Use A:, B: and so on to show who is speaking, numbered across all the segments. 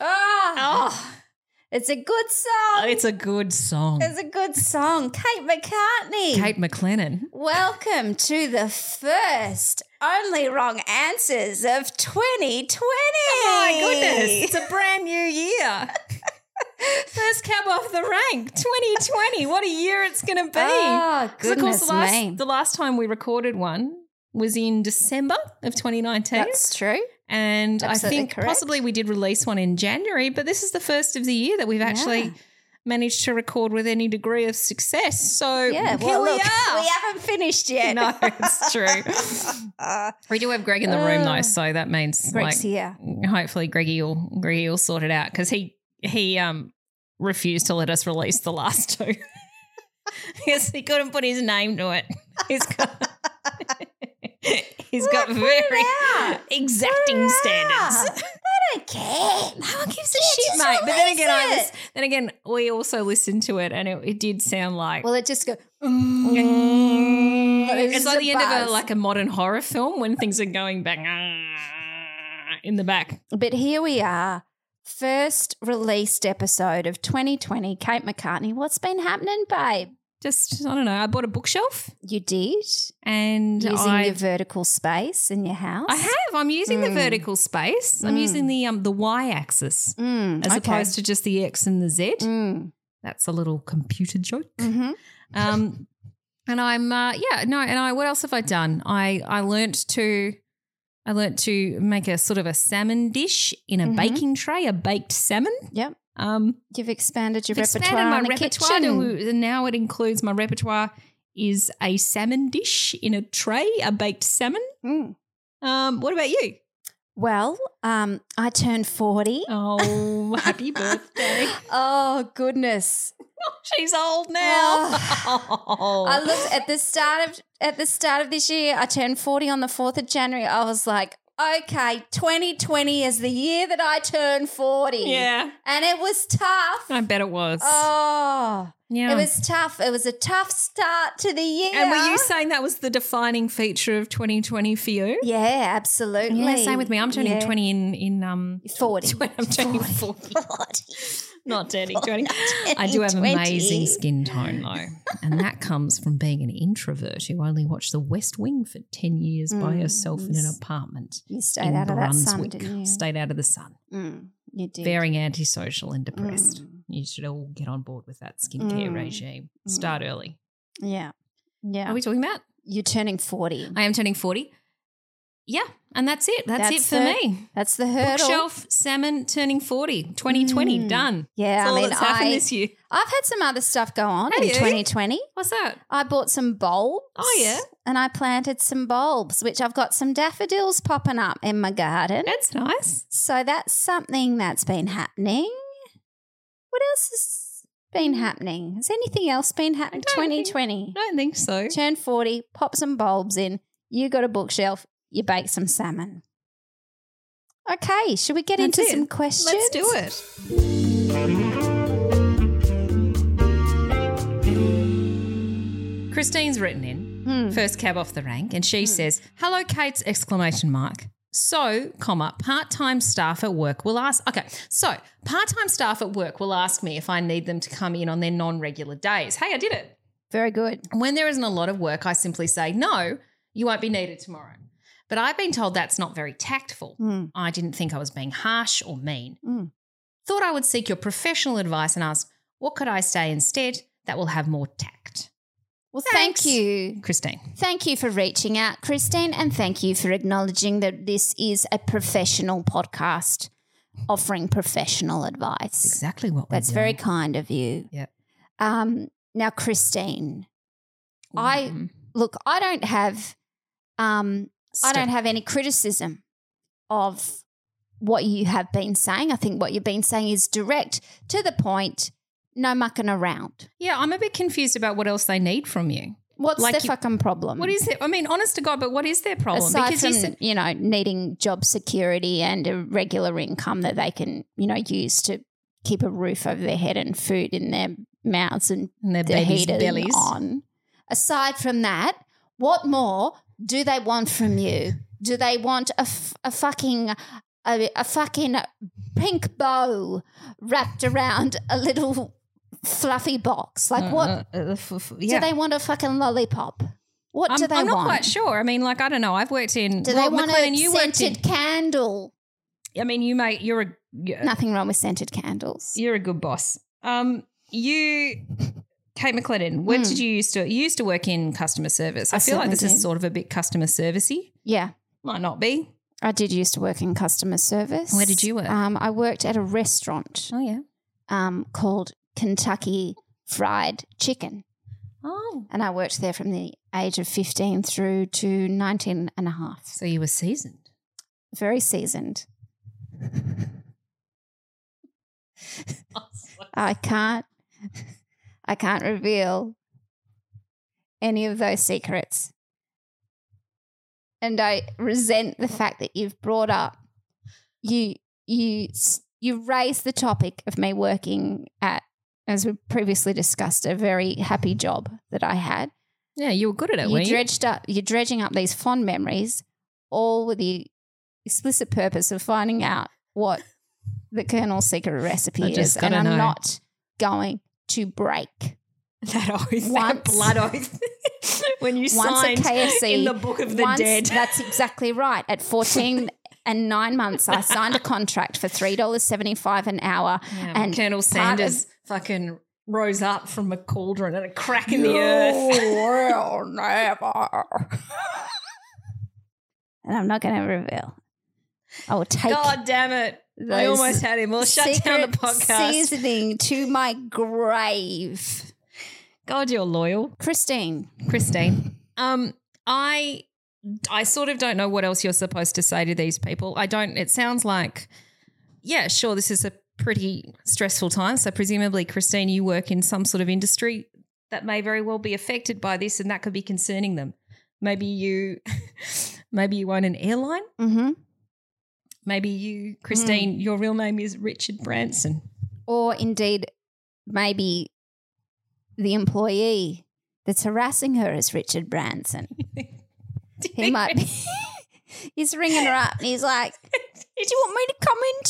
A: Ah,
B: Oh,
A: it's a good song.
B: it's a good song.
A: It's a good song. Kate McCartney.
B: Kate McLennan.
A: Welcome to the first only wrong answers of 2020.
B: Oh my goodness, it's a brand new year. First cab off the rank, 2020. What a year it's going to be.
A: Oh,
B: 'Cause of course,
A: goodness
B: the last,
A: me.
B: the last time we recorded one was in December of 2019.
A: That's true.
B: and I
A: absolutely
B: think
A: correct.
B: possibly we did release one in January, but this is the first of the year that we've actually
A: Yeah.
B: managed to record with any degree of success. So
A: Yeah,
B: here
A: well,
B: we
A: look,
B: are.
A: we haven't finished yet. Ah,
B: No, it's true. we do have Greg in the room though, so that means
A: Greg's
B: like
A: here.
B: hopefully Greggy will Greggy will sort it out because he he um refused to let us release the last two. Yes, he couldn't put his name to it. He's got he's got
A: Well, put it
B: very
A: out.
B: exacting standards.
A: Ah, I don't care. No one gives a shit,
B: Mate, but then again, I was, then again, we also listened to it, and it, it did sound like
A: Well, it just goes.
B: Mm. it's,
A: just
B: like
A: a
B: the end of
A: buzz.
B: a like a modern horror film when things are going back in the back.
A: But here we are. First released episode of 2020. Kate McCartney, what's been happening, babe?
B: Just I don't know. I bought a bookshelf
A: You did
B: and
A: using
B: I
A: your vertical space in your house.
B: I have. I'm using the
A: Mm.
B: vertical space. I'm
A: Mm.
B: using the um the y axis
A: Mm,
B: as opposed to just the x and the z.
A: Mm.
B: That's a little computer joke.
A: hmm
B: Um, and I'm uh, yeah no. And I what else have I done? I I learnt to I learnt to make a sort of a salmon dish in a
A: Mhm.
B: baking tray, a baked salmon.
A: Yep.
B: Um,
A: You've expanded your
B: I've expanded
A: repertoire.
B: my
A: in the
B: repertoire
A: kitchen.
B: to- and now it includes my repertoire is a salmon dish in a tray, a baked salmon.
A: Mm.
B: Um, what about you?
A: Well, um, I turned 40.
B: Oh, happy birthday.
A: oh, goodness.
B: She's old now.
A: Oh. I
B: Oh.
A: looked at the start of at the start of this year, I turned 40 on the 4th of January. I was like, okay, 2020 is the year that I turn 40.
B: yeah,
A: And it was tough.
B: I bet it was.
A: Oh.
B: yeah.
A: It was tough. It was a tough start to the year.
B: And were you saying that was the defining feature of 2020 for you?
A: Yeah, absolutely.
B: Yeah, same with me. I'm turning
A: Yeah.
B: 20 in in um
A: 40.
B: when I'm turning 40. Not dirty 20. I do have
A: 20.
B: amazing skin tone though. And that comes from being an introvert who only watched The West Wing for 10 years by
A: Mm.
B: herself in an apartment
A: You stayed
B: in
A: out of that sun,
B: Brunswick.
A: didn't you?
B: Stayed out of the sun.
A: Mm, you did.
B: Very antisocial and depressed.
A: Mm.
B: You should all get on board with that skincare
A: Mm.
B: regime.
A: Mm.
B: Start early.
A: Yeah. Yeah.
B: Are we talking about?
A: You're turning 40.
B: I am turning 40. Yeah, and that's it. That's, it
A: That's
B: for
A: it.
B: me.
A: That's the hurdle. Mm.
B: Bookshelf salmon turning 40, 2020, done.
A: Yeah,
B: That's
A: I
B: all
A: mean,
B: that's happened
A: I-
B: this year.
A: I've had some other stuff go on
B: Have
A: in
B: you?
A: 2020.
B: What's that?
A: I bought some bulbs.
B: Oh, yeah.
A: And I planted some bulbs, which I've got some daffodils popping up in my garden.
B: That's nice.
A: So that's something that's been happening. What else has been happening? Has anything else been happening?
B: I don't think-
A: 2020.
B: I don't think so.
A: Turn 40, pop some bulbs in. You got a bookshelf, you bake some salmon. Okay, should we get
B: That's
A: into
B: it.
A: some questions?
B: Let's do it. Christine's written in
A: Hmm.
B: first cab off the rank, and she says, "Hello, Kate's!" Exclamation mark. So, comma, part-time staff at work will ask. Okay, so part-time staff at work will ask me if I need them to come in on their non-regular days. Hey, I did it.
A: Very good.
B: When there isn't a lot of work, I simply say, "No, you won't be needed tomorrow." But I've been told that's not very tactful.
A: Hmm.
B: I didn't think I was being harsh or mean.
A: Mm.
B: Thought I would seek your professional advice and ask, what could I say instead that will have more tact?
A: Well,
B: Thanks.
A: thank you.
B: Christine.
A: Thank you for reaching out, Christine, and thank you for acknowledging that this is a professional podcast offering professional advice.
B: Exactly what
A: That's very kind of you.
B: Yep.
A: Um, now, Christine, I-
B: Mm-hmm.
A: look, I don't have, um, I don't have any criticism of what you have been saying. I think what you've been saying is direct to the point, no mucking around.
B: Yeah, I'm a bit confused about what else they need from you.
A: What's
B: Like
A: the
B: you-
A: fucking problem?
B: What is it? I mean, honest to God, but what is their problem?
A: Aside from,
B: you
A: you,
B: said-
A: know, needing job security and a regular income that they can, you know, use to keep a roof over their head and food in their mouths and
B: and their
A: the
B: babies'
A: heating
B: bellies.
A: on. Aside from that, what more do they want from you? Do they want a, f- a fucking a, a fucking pink bow wrapped around a little fluffy box? Like what?
B: Uh, uh, uh, f- f- yeah.
A: Do they want a fucking lollipop? What
B: I'm,
A: do they
B: I'm not
A: want?
B: quite sure. I mean, like, I don't know. I've worked in.
A: Do
B: well,
A: they want
B: McLennan,
A: a
B: you worked in.
A: scented candle?
B: I mean, you may. You're a. you're-
A: Nothing wrong with scented candles.
B: You're a good boss. Um, you, Kate McLennan, where
A: Hmm.
B: did you used to? You used to work in customer service. I,
A: I
B: feel like
A: certainly
B: this
A: did.
B: is sort of a bit customer servicey.
A: Yeah,
B: Might not be.
A: I did used to work in customer service.
B: Where did you work?
A: Um, I worked at a restaurant
B: Oh yeah.
A: um, called Kentucky Fried Chicken,
B: Oh,
A: and I worked there from the age of 15 through to 19 and a half.
B: so you were seasoned.
A: Very seasoned. I can't, I can't reveal any of those secrets. And I resent the fact that you've brought up you you s- you raised the topic of me working at as we previously discussed a very happy job that I had.
B: Yeah, you were good at it.
A: You
B: weren't
A: dredged up you're dredging up these fond memories all with the explicit purpose of finding out what the Colonel's secret recipe
B: I
A: is
B: just
A: and
B: gotta
A: I'm
B: know.
A: not going to break.
B: you? That oath, that
A: Once-
B: blood oath. when you
A: Once a
B: signed
A: KFC,
B: in the book of the
A: Once-
B: dead.
A: That's exactly right. At 14 and 9 months I signed a contract for $3.75 an hour
B: Yeah,
A: and
B: Colonel
A: part of-
B: Sanders fucking rose up from a cauldron and a crack in the earth.
A: will never. and I'm not going to reveal. I will take
B: God damn it. I
A: Those
B: almost had him. We'll shut down the
A: secret
B: podcast.
A: seasoning to my grave.
B: God, you're loyal.
A: Christine,
B: Christine. Um, I I sort of don't know what else you're supposed to say to these people. I don't. It sounds like, yeah, sure, this is a pretty stressful time. So presumably, Christine, you work in some sort of industry that may very well be affected by this, and that could be concerning them. Maybe you, maybe you own an airline.
A: mm-hmm.
B: Maybe you, Christine,
A: Mm.
B: your real name is Richard Branson.
A: or indeed maybe the employee that's harassing her is Richard Branson. He might be. he's ringing her up and he's like, Do you want me to come in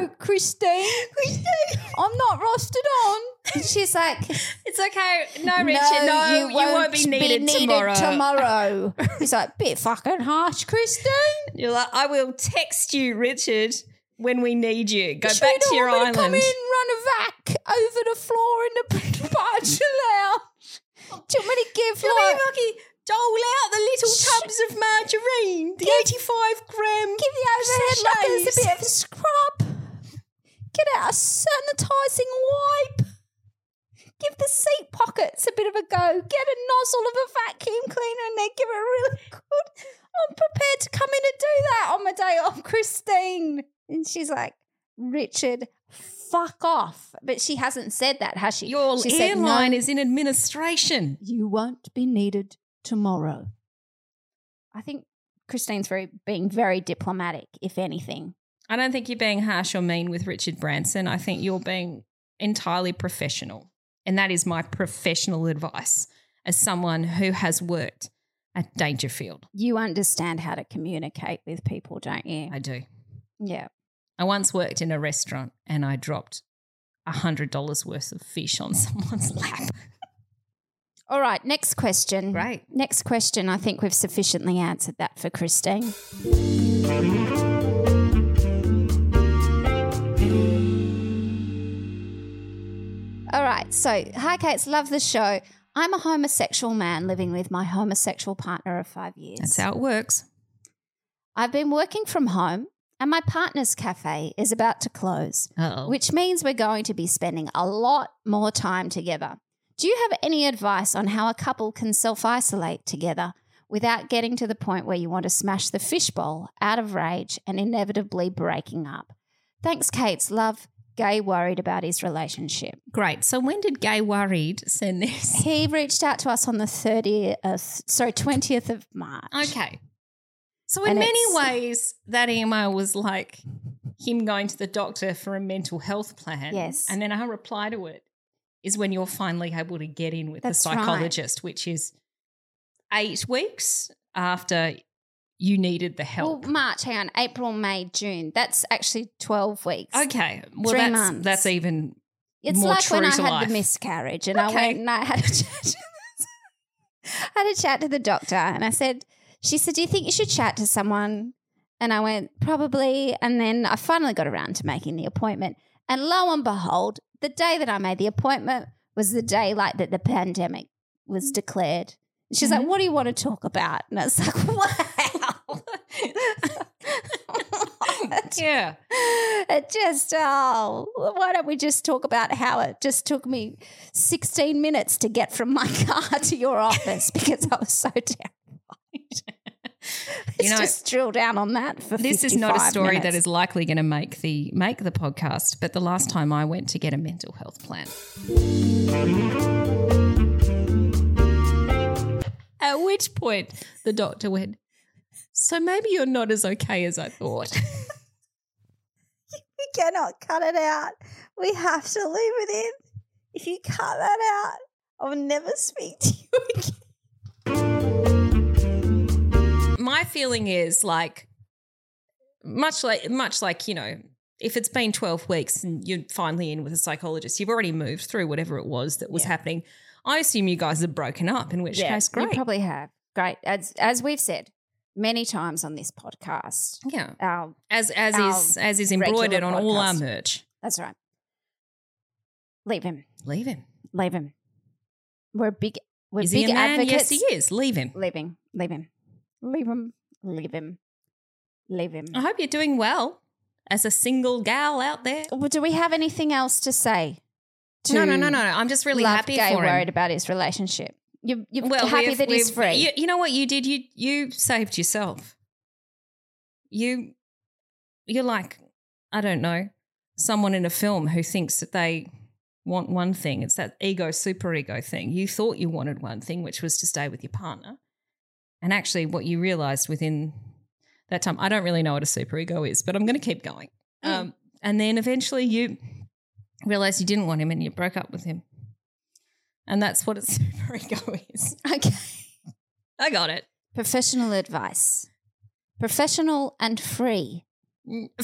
A: tomorrow, Christine? Christine, I'm not rostered on. And she's like,
B: It's okay. No, Richard. No, you, won't, be needed, tomorrow.
A: tomorrow. he's like, Bit fucking harsh, Christine.
B: You're like, I will text you, Richard, when we need you. Go
A: Sure, you
B: back to
A: don't
B: your
A: want me
B: island.
A: to come in, run a vac over the floor in the bachelor lounge. Do you want me to give
B: You'll be
A: like
B: lucky. Dole out the little tubs of margarine, the 85 gram.
A: Give the overhead
B: sachets.
A: lockers a bit of a scrub. Get out a sanitising wipe. Give the seat pockets a bit of a go. Get a nozzle of a vacuum cleaner in there. Give it a really good. I'm prepared to come in and do that on my day off, Christine. And she's like, Richard, fuck off. But she hasn't said that, has she?
B: Your
A: she said, "No,
B: airline is in administration.
A: you won't be needed tomorrow. I think Christine's very being very diplomatic, if anything.
B: I don't think you're being harsh or mean with Richard Branson. I think you're being entirely professional. And that is my professional advice as someone who has worked at Dangerfield.
A: You understand how to communicate with people, don't you?
B: I do.
A: yeah.
B: I once worked in a restaurant and I dropped $100 worth of fish on someone's lap.
A: All right, next question.
B: Great.
A: Next question. I think we've sufficiently answered that for Christine. All right, so hi, Kates. Love the show. I'm a homosexual man living with my homosexual partner of five years.
B: That's how it works.
A: I've been working from home, and my partner's cafe is about to close
B: Uh oh.
A: which means we're going to be spending a lot more time together. Do you have any advice on how a couple can self isolate together without getting to the point where you want to smash the fishbowl out of rage and inevitably breaking up? Thanks, Kate's love. Gay worried about his relationship.
B: Great. So when did Gay Worried send this?
A: He reached out to us on the 30th, sorry, 20th of March.
B: Okay. So in
A: And
B: many
A: it's-
B: ways, that email was like him going to the doctor for a mental health plan.
A: Yes.
B: And then our reply to it is when you're finally able to get in with
A: That's
B: the
A: right.
B: psychologist, which is eight weeks after you needed the help.
A: Well, March, hang on, April, May, June. That's actually 12 weeks.
B: okay. Well,
A: three
B: that's,
A: months.
B: that's even
A: It's
B: more
A: like when
B: true
A: I
B: to
A: had
B: life.
A: the miscarriage, and I
B: Okay.
A: went and I had a chat. To I had a chat to the doctor, and I said, "She said, do you think you should chat to someone?" And I went, "Probably." And then I finally got around to making the appointment, and lo and behold, the day that I made the appointment was the day like that the pandemic
B: Mm.
A: was declared. And She's
B: Mm-hmm.
A: like, "What do you want to talk about?" And I was like, "Wow."
B: yeah.
A: it just oh why don't we just talk about how it just took me 16 minutes to get from my car to your office because i was so terrified Let's
B: know,
A: just drill down on that for
B: This is not a
A: 55
B: story that
A: minutes.
B: is likely going to make the make the podcast, but the last time I went to get a mental health plan. At which point the doctor went, So maybe you're not as okay as I thought.
A: we cannot cut it out we have to leave it in if you cut that out i'll never speak to you again
B: My feeling is like much like much like, you know, if it's been 12 weeks and you're finally in with a psychologist, you've already moved through whatever it was that was happening. I assume you guys have broken up, in which case
A: you
B: great.
A: probably have great as as we've said many times on this podcast
B: yeah.
A: our
B: as as
A: our
B: is as is
A: regular
B: embroidered on all our
A: podcast.
B: merch.
A: That's right. Leave him.
B: Leave him.
A: Leave him. We're big. We're
B: is
A: big
B: he a man?
A: advocates.
B: Yes, he is. Leave him.
A: Leave him. Leave him. Leave him. Leave him. Leave him.
B: I hope you're doing well as a single gal out there.
A: Well, do we have anything else to say? To
B: no, no, no, no, no. I'm just really
A: love
B: happy
A: gay
B: for
A: worried
B: him.
A: about his relationship. You, you're happy
B: we've-
A: that he's
B: we've-
A: free.
B: You, you know what you did? You you saved yourself. You you're like I don't know someone in a film who thinks that they want one thing. It's that ego superego thing. You thought you wanted one thing, which was to stay with your partner, and actually, what you realized within that time, I don't really know what a superego is, but I'm going to keep going.
A: Mm.
B: Um, and then eventually, you realized you didn't want him, and you broke up with him. And that's what a superego is.
A: okay.
B: I got it.
A: Professional advice. Professional and free.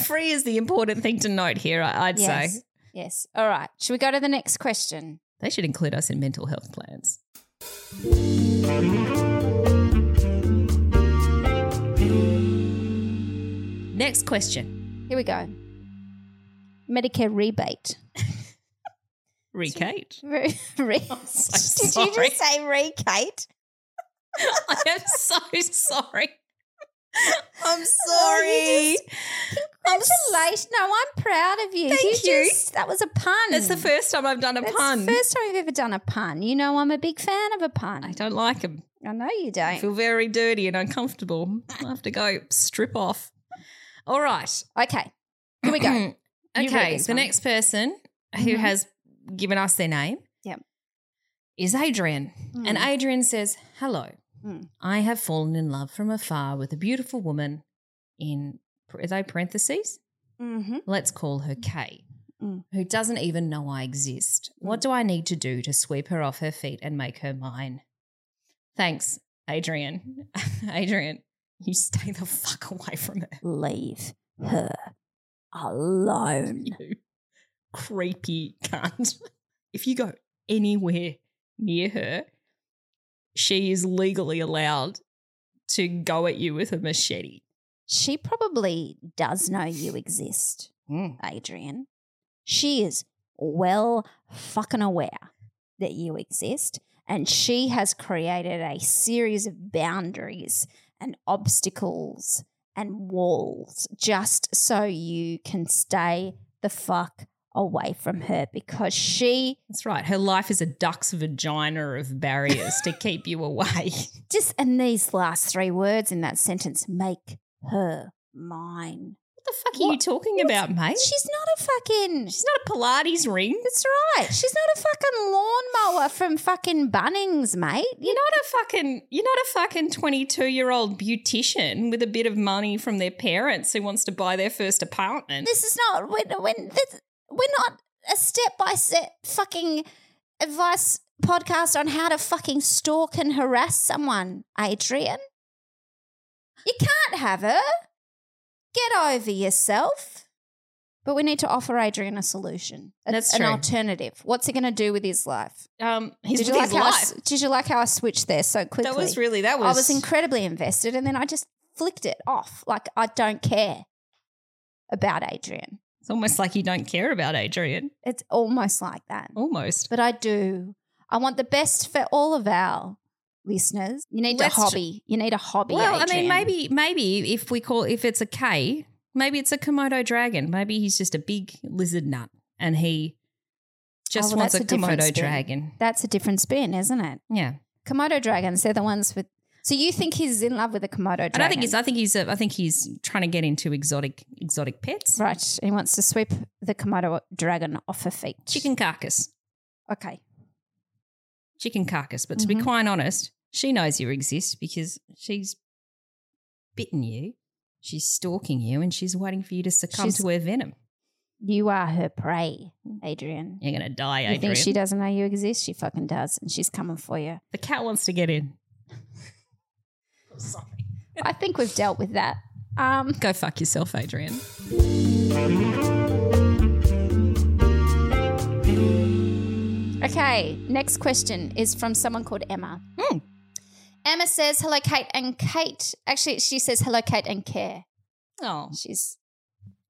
B: Free is the important thing to note here, I- I'd
A: yes.
B: say.
A: Yes. All right. Should we go to the next question?
B: They should include us in mental health plans. Next question.
A: Here we go. Medicare rebate.
B: Recate.
A: Re- re-
B: so sorry.
A: say re, Kate?
B: I am so sorry. Oh,
C: I'm
A: you
C: sorry. I'm s-
A: Congratulations. No, I'm proud of you.
C: Thank you.
A: Just, that was a pun.
B: That's the first time I've done a
A: That's the
B: pun.
A: first time I've ever done a pun. You know, I'm a big fan of a pun.
B: I don't like them.
A: I know you
B: I
A: don't.
B: feel very dirty and uncomfortable. I have to go strip off. All right.
A: okay, here we go. You read
B: Mm-hmm. okay.
A: this
B: The
A: one.
B: next person who
A: Mhm.
B: has given us their name
A: Yep.
B: is Adrian. And
A: Mm.
B: Adrian says, Hello.
A: Mm.
B: I have fallen in love from afar with a beautiful woman in, are they parentheses?
A: mm-hmm.
B: Let's call her Kay,
A: Mm.
B: who doesn't even know I exist. What do I need to do to sweep her off her feet and make her mine? Thanks, Adrian. Adrian, you stay the fuck away from her.
A: Leave her alone.
B: You creepy cunt. If you go anywhere near her, she is legally allowed to go at you with a machete.
A: She probably does know you exist, Adrian. She is well fucking aware that you exist. And she has created a series of boundaries and obstacles and walls just so you can stay the fuck away from her because she
B: That's right. Her life is a duck's vagina of barriers to keep you away.
A: just, and these last three words in that sentence make her mine.
B: What the fuck are
A: What-
B: you talking
A: what's-
B: about, mate?
A: She's not a fucking.
B: She's not a Pilates ring.
A: That's right. She's not a fucking lawnmower from fucking Bunnings, mate. You
B: You're not a fucking you're not a fucking 22-year-old beautician with a bit of money from their parents who wants to buy their first apartment.
A: this is not when when this, we're not a step by step fucking advice podcast on how to fucking stalk and harass someone, Adrian. You can't have her. Get over yourself. But we need to offer Adrian a solution. a-
B: That's
A: an
B: true.
A: alternative. What's he going to do with his life?
B: um he's
A: did you
B: with
A: like
B: his
A: how I
B: life.
A: s- did you like how I switched there so quickly?
B: That was really that was
A: I was incredibly invested, and then I just flicked it off. Like I don't care about Adrian.
B: It's almost like you don't care about Adrian.
A: It's almost like that,
B: Almost.
A: but I do. I want the best for all of our listeners. You need a
B: Let's ju-
A: hobby. you need a hobby.
B: Well, I
A: Adrian.
B: mean, maybe maybe if we call if it's a K, maybe it's a Komodo dragon. Maybe he's just a big lizard nut and he just
A: Oh, well,
B: wants a
A: that's a different
B: Komodo
A: spin.
B: dragon.
A: that's a different spin, isn't it?
B: Yeah.
A: Komodo dragons. They're the ones with. So you think he's in love with a Komodo dragon?
B: I don't think he's. I think he's. A, I think he's trying to get into exotic exotic pets.
A: right. He wants to sweep the Komodo dragon off her feet.
B: Chicken carcass.
A: Okay.
B: Chicken carcass. But to be
A: Mhm.
B: quite honest, she knows you exist because she's bitten you. She's stalking you, and she's waiting for you to succumb
A: She's-
B: to her venom.
A: You are her prey, Adrian.
B: You're gonna die,
A: You
B: Adrian.
A: think she doesn't know you exist? She fucking does, and she's coming for you.
B: the cat wants to get in.
A: I think we've dealt with that. Um,
B: Go fuck yourself, Adrian.
A: okay, next question is from someone called Emma. Emma says, "Hello, Kate and Kate." Actually, she says, "Hello, Kate and Care."
B: Oh,
A: She's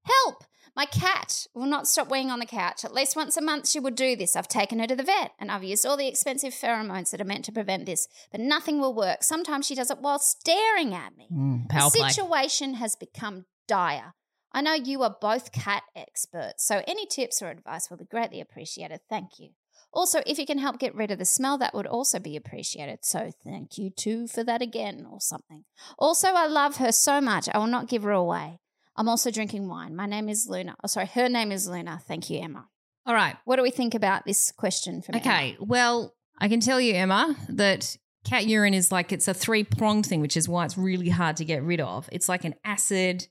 A: help. My cat will not stop weeing on the couch. At least once a month, she will do this. I've taken her to the vet and I've used all the expensive pheromones that are meant to prevent this, but nothing will work. Sometimes she does it while staring at me.
B: mm,
A: The
B: power play.
A: situation has become dire. I know you are both cat experts, so any tips or advice will be greatly appreciated. Thank you. Also, if you can help get rid of the smell, that would also be appreciated. So, thank you too for that again, or something. Also, I love her so much, I will not give her away. I'm also drinking wine. My name is Luna. Oh, sorry, her name is Luna. Thank you, Emma.
B: All right.
A: What do we think about this question from Emma?
B: Okay. Well, I can tell you, Emma, that cat urine is like it's a three pronged thing, which is why it's really hard to get rid of. It's like an acid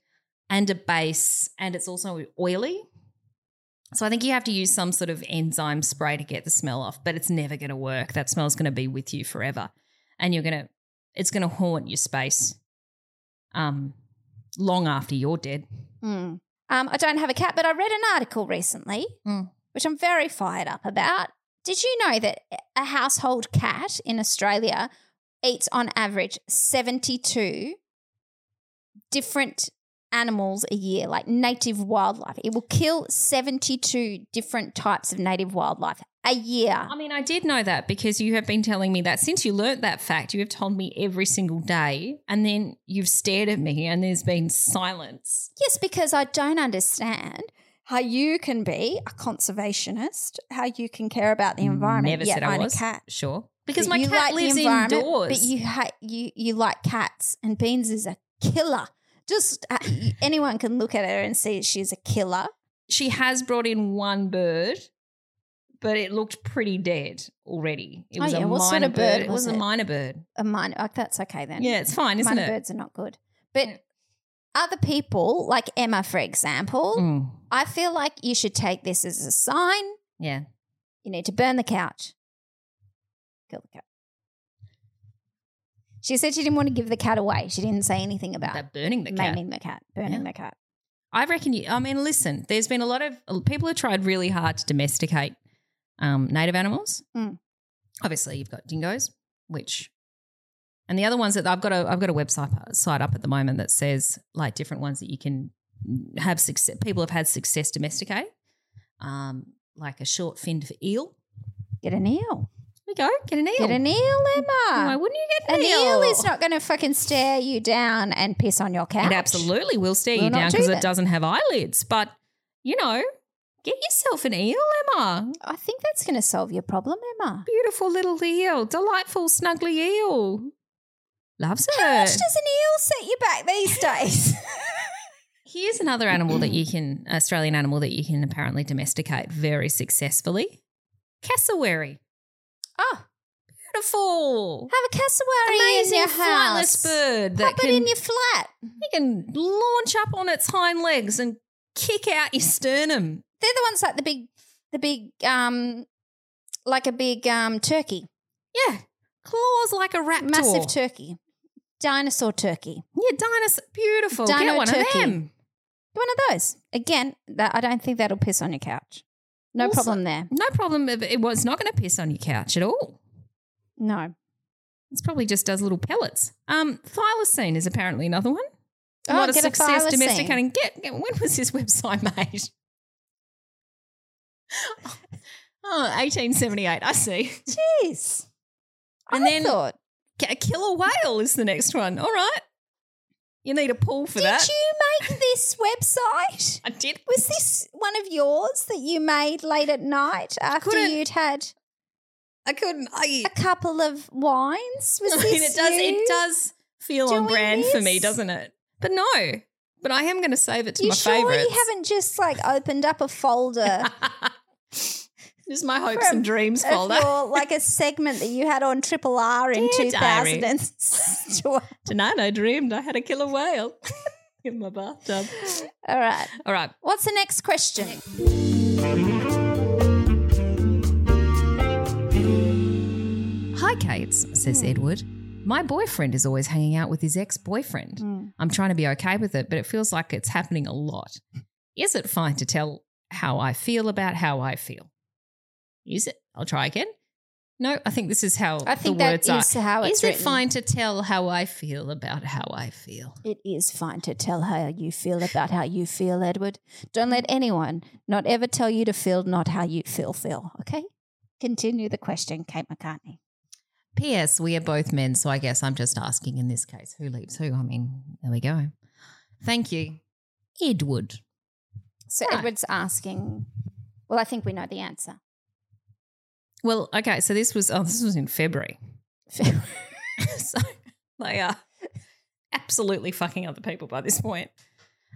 B: and a base, and it's also oily. So I think you have to use some sort of enzyme spray to get the smell off, but it's never going to work. That smell's going to be with you forever, and you're going to it's going to haunt your space, um, long after you're dead.
A: Hmm. Um, I don't have a cat, but I read an article recently,
B: Mm.
A: which I'm very fired up about. Did you know that a household cat in Australia eats on average 72 different animals a year, like native wildlife? It will kill 72 different types of native wildlife a year.
B: I mean, I did know that because you have been telling me that since you learnt that fact, you have told me every single day, and then you've stared at me, and there's been silence.
A: Yes, because I don't understand how you can be a conservationist, how you can care about the environment,
B: Never
A: yet
B: said
A: own
B: I was.
A: a cat.
B: Sure, because
A: But
B: my
A: you
B: cat
A: the
B: lives
A: environment,
B: indoors.
A: But you ha- you you like cats, and Beans is a killer. Just uh, y- anyone can look at her and see she's a killer.
B: she has brought in one bird, but it looked pretty dead already. It
A: Oh,
B: was
A: yeah,
B: a
A: what
B: minor
A: sort of bird
B: It was,
A: was
B: a
A: it?
B: minor bird.
A: A minor, like that's okay then.
B: Yeah, it's fine, isn't
A: minor
B: it?
A: birds are not good, but other people like Emma, for example,
B: Mm,
A: I feel like you should take this as a sign.
B: yeah.
A: You need to burn the couch. Kill the cat. She said she didn't want to give the cat away. She didn't say anything about
B: They're burning the cat.
A: maiming the cat, burning
B: Yeah.
A: the cat.
B: I reckon you, I mean, listen, there's been a lot of people have tried really hard to domesticate um, native animals.
A: Mm.
B: Obviously, you've got dingoes, which, and the other ones that I've got a, I've got a website uh, site up at the moment that says like different ones that you can have success, people have had success domesticating, um, like a short finned eel.
A: Get an eel.
B: There we go, get an eel.
A: Get Oh, an eel,
B: Why
A: Emma.
B: wouldn't you get an,
A: An eel is not going to fucking stare you down and piss on your couch.
B: It absolutely will stare you
A: Will not
B: down
A: do
B: because it
A: that.
B: doesn't have eyelids. But, you know, get yourself an eel, Emma.
A: I think that's going to solve your problem, Emma.
B: Beautiful little eel, delightful snuggly eel. Loves
A: How much
B: it.
A: does an eel set you back these days?
B: Here's another animal that you can Australian animal that you can apparently domesticate very successfully. Cassowary.
A: oh,
B: Ah,
A: have
B: Beautiful.
A: a cassowary
B: Amazing
A: in your
B: flightless
A: house.
B: bird that
A: Pop
B: can
A: it in your flat.
B: you can launch up on its hind legs and kick out your sternum.
A: They're the ones like the big, the big, um, like a big um turkey,
B: Yeah. Claws like a raptor.
A: massive turkey, dinosaur turkey.
B: Yeah, dinosaur. Beautiful. Get
A: Dino
B: one
A: turkey.
B: of them.
A: One of those. Again, that, I don't think that'll piss on your couch. No
B: Also-
A: problem there.
B: No problem. if It was not going to piss on your couch at all.
A: No.
B: It's probably just does little pellets. Um, thylacine is apparently another one.
A: Oh,
B: lot of
A: get a
B: success
A: thylacine.
B: domesticating. Get, get- when was this website made? Oh, 1878. I see.
A: Jeez.
B: And
A: I
B: then-
A: thought,
B: K- A killer whale is the next one. All right. You need a pool for
A: did
B: that.
A: you make this website?
B: I did.
A: Was this one of yours that you made late at night after
B: couldn't-
A: you'd had
B: I couldn't. I,
A: a couple of wines? Was
B: I
A: this
B: mean, it does.
A: you?
B: It does feel on
A: doing
B: brand for me,
A: this?
B: doesn't it? But no. But I am going to save it to
A: You
B: my
A: sure
B: favorites.
A: you haven't just like opened up a folder
B: this is my hopes
A: From-
B: and dreams
A: of
B: folder.
A: your like a segment that you had on Triple R in
B: Dear
A: two
B: diary.
A: thousand and twelve?
B: Tonight I dreamed I had a killer whale in my bathtub.
A: All right.
B: All right.
A: What's the next question?
B: Hi, Kate, says Edward. My boyfriend is always hanging out with his ex boyfriend. I'm trying to be okay with it, but it feels like it's happening a lot. Is it fine to tell how I feel about how I feel? Is it? I'll try again. No, I think this is how
A: I think
B: the
A: that
B: words
A: is
B: are.
A: how it's
B: is it
A: written.
B: fine to tell how I feel about how I feel?
A: It is fine to tell how you feel about how you feel, Edward. Don't let anyone not ever tell you to feel not how you feel, Phil, okay? Continue the question, Kate McCartney.
B: P.S. We are both men, so I guess I'm just asking in this case who leaves who. I mean, there we go. Thank you, Edward.
A: So
B: Right.
A: Edward's asking, well, I think we know the answer.
B: Well, okay, so this was oh, this was in February. so they are absolutely fucking other people by this point.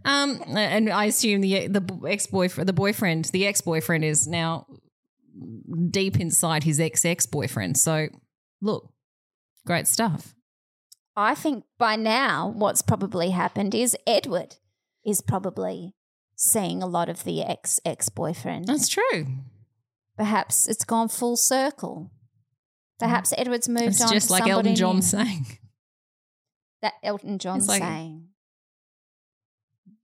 B: Um, and I assume the the ex boyfriend, the boyfriend, the ex boyfriend is now deep inside his ex ex boyfriend. So, look, great stuff.
A: I think by now, what's probably happened is Edward is probably seeing a lot of the ex ex boyfriend.
B: That's true.
A: Perhaps it's gone full circle. Perhaps Edward's moved
B: It's
A: on.
B: just
A: to
B: like
A: somebody
B: Elton John
A: new.
B: saying.
A: That Elton John
B: It's like-
A: saying.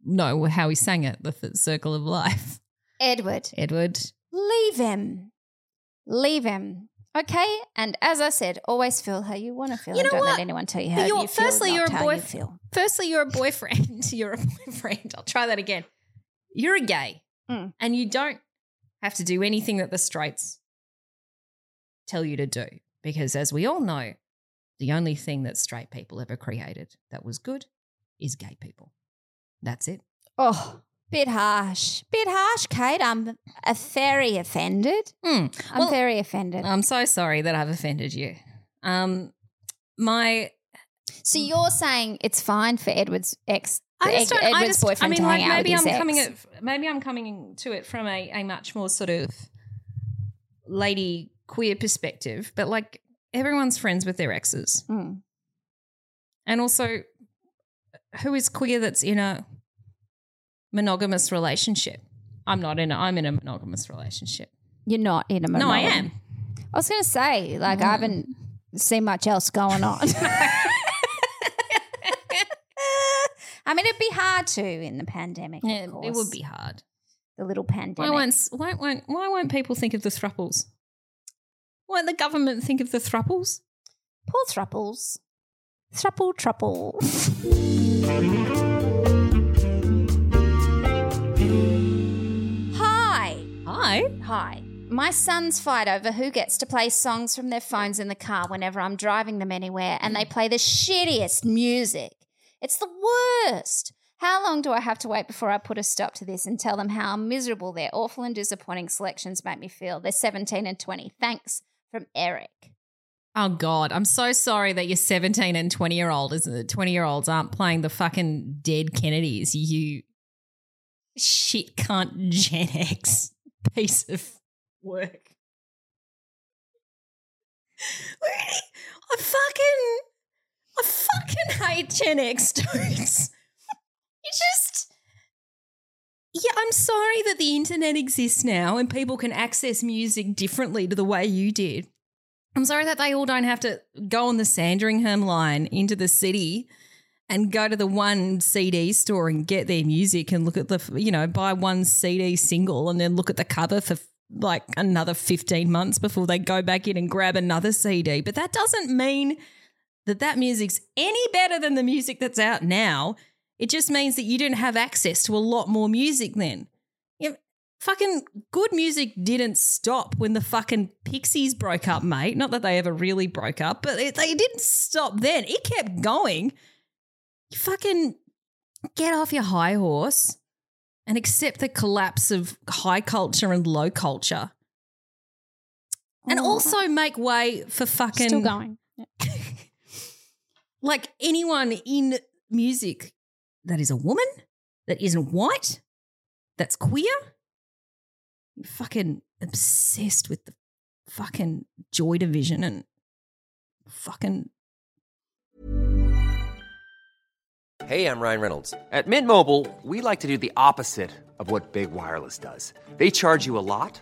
B: no, how he sang it, the f- circle of life.
A: Edward,
B: Edward.
A: leave him. Leave him. Okay? And as I said, always feel how you want to feel.
B: You
A: and
B: know
A: don't
B: what?
A: let anyone tell you
B: But
A: how
B: you're-
A: you feel.
B: firstly,
A: not
B: you're a
A: how
B: boy-
A: you feel.
B: Firstly, you're a boyfriend. You're a boyfriend. I'll try that again. You're a gay,
A: Mm.
B: and you don't have to do anything that the straights tell you to do. Because as we all know, the only thing that straight people ever created that was good is gay people. That's it.
A: Oh, bit harsh. Bit harsh, Kate. I'm uh, very offended.
B: Hmm.
A: I'm
B: Well, um,
A: very offended.
B: I'm so sorry that I've offended you. Um, my
A: so you're saying it's fine for Edward's ex,
B: I
A: the
B: just
A: Ed-
B: don't.
A: Edward's
B: I just.
A: boyfriend
B: I mean,
A: to
B: like
A: hang out
B: maybe
A: with
B: I'm
A: his ex?
B: coming. At, maybe I'm coming to it from a, a much more sort of lady queer perspective. But like everyone's friends with their exes,
A: Hmm.
B: and also who is queer that's in a monogamous relationship. I'm not in. A, I'm in a monogamous relationship.
A: You're not in a
B: No, I
A: monologue.
B: am.
A: I was going to say, like, I haven't
B: Mm.
A: seen much else going on. I mean, it'd be hard to in the pandemic. of
B: Yeah, it
A: course.
B: would be hard.
A: the little
B: Why
A: pandemic.
B: won't, why, won't, why won't people think of the thruples? Won't the government think of the thruples?
A: Poor thruples. Thruple, trouble. Hi.
B: Hi.
A: Hi. My sons fight over who gets to play songs from their phones in the car whenever I'm driving them anywhere, and they play the shittiest music. It's the worst. How long do I have to wait before I put a stop to this and tell them how miserable their awful and disappointing selections make me feel? They're 17 and 20. Thanks from Eric.
B: Oh God, I'm so sorry that your 17 and 20 year old isn't 20 year olds aren't playing the fucking dead Kennedys. You shit cunt Gen X piece of work. I fucking, I fucking hate Gen X dudes. You just. Yeah, I'm sorry that the internet exists now and people can access music differently to the way you did. I'm sorry that they all don't have to go on the Sandringham line into the city and go to the one CD store and get their music and look at the, you know, buy one CD single and then look at the cover for like another 15 months before they go back in and grab another CD. But that doesn't mean that that music's any better than the music that's out now. It just means that you didn't have access to a lot more music then. You know, fucking good music didn't stop when the fucking Pixies broke up, mate. Not that they ever really broke up, but it, they didn't stop then. It kept going. You fucking get off your high horse and accept the collapse of high culture and low culture. And
A: Oh.
B: also make way for fucking
A: Still going.
B: like anyone in music that is a woman, that isn't white, that's queer. You're fucking obsessed with the fucking Joy Division and fucking
D: Hey, I'm Ryan Reynolds. At Mint Mobile, we like to do the opposite of what Big Wireless does. They charge you a lot,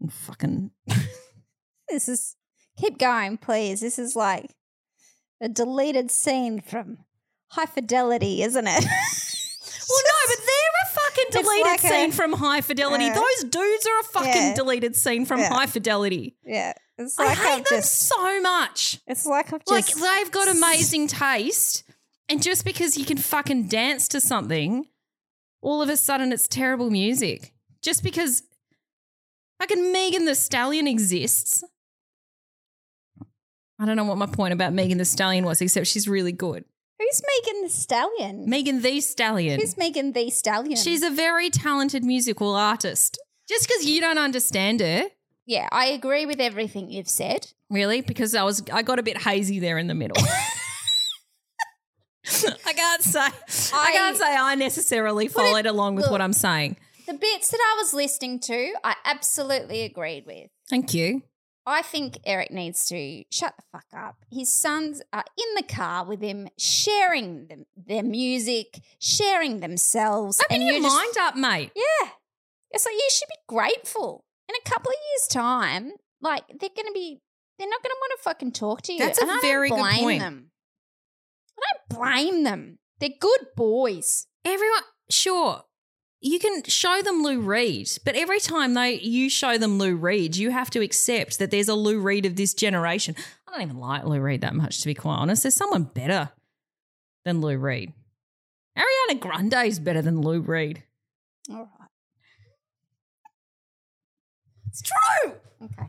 B: And fucking
A: This is. Keep going, please. This is like a deleted scene from High Fidelity, isn't it?
B: Well, no, but they're a fucking
A: It's
B: deleted
A: like a-
B: scene from High Fidelity.
A: Yeah.
B: Those dudes are a fucking
A: Yeah.
B: deleted scene from
A: Yeah.
B: High Fidelity.
A: yeah. It's
B: I
A: like
B: hate
A: I've
B: them
A: just.
B: so much.
A: It's like I've
B: Like
A: just.
B: they've got amazing taste, and just because you can fucking dance to something, all of a sudden it's terrible music. Just because fucking Megan the Stallion exists. I don't know what my point about Megan the Stallion was, except she's really good.
A: Who's Megan the Stallion?
B: Megan the Stallion.
A: Who's Megan the Stallion?
B: She's a very talented musical artist. Just because you don't understand her,
A: yeah. I agree with everything you've said.
B: Really? Because I was I got a bit hazy there in the middle. I can't say I, can't say I necessarily followed along with
A: look.
B: what I'm saying.
A: The bits that I was listening to, I absolutely agreed with.
B: Thank you.
A: I think Eric needs to shut the fuck up. His sons are in the car with him, sharing them, their music, sharing themselves.
B: Open your
A: you're just-
B: mind up, mate.
A: Yeah. It's like you should be grateful. In a couple of years' time, like they're gonna be they're not gonna want to fucking talk to you.
B: That's a
A: and I don't
B: very good
A: blame
B: point.
A: them. I don't blame them. They're good boys.
B: Everyone, sure, you can show them Lou Reed, but every time they you show them Lou Reed, you have to accept that there's a Lou Reed of this generation. I don't even like Lou Reed that much, to be quite honest. There's someone better than Lou Reed. Ariana Grande is better than Lou Reed.
A: All right. It's true. Okay.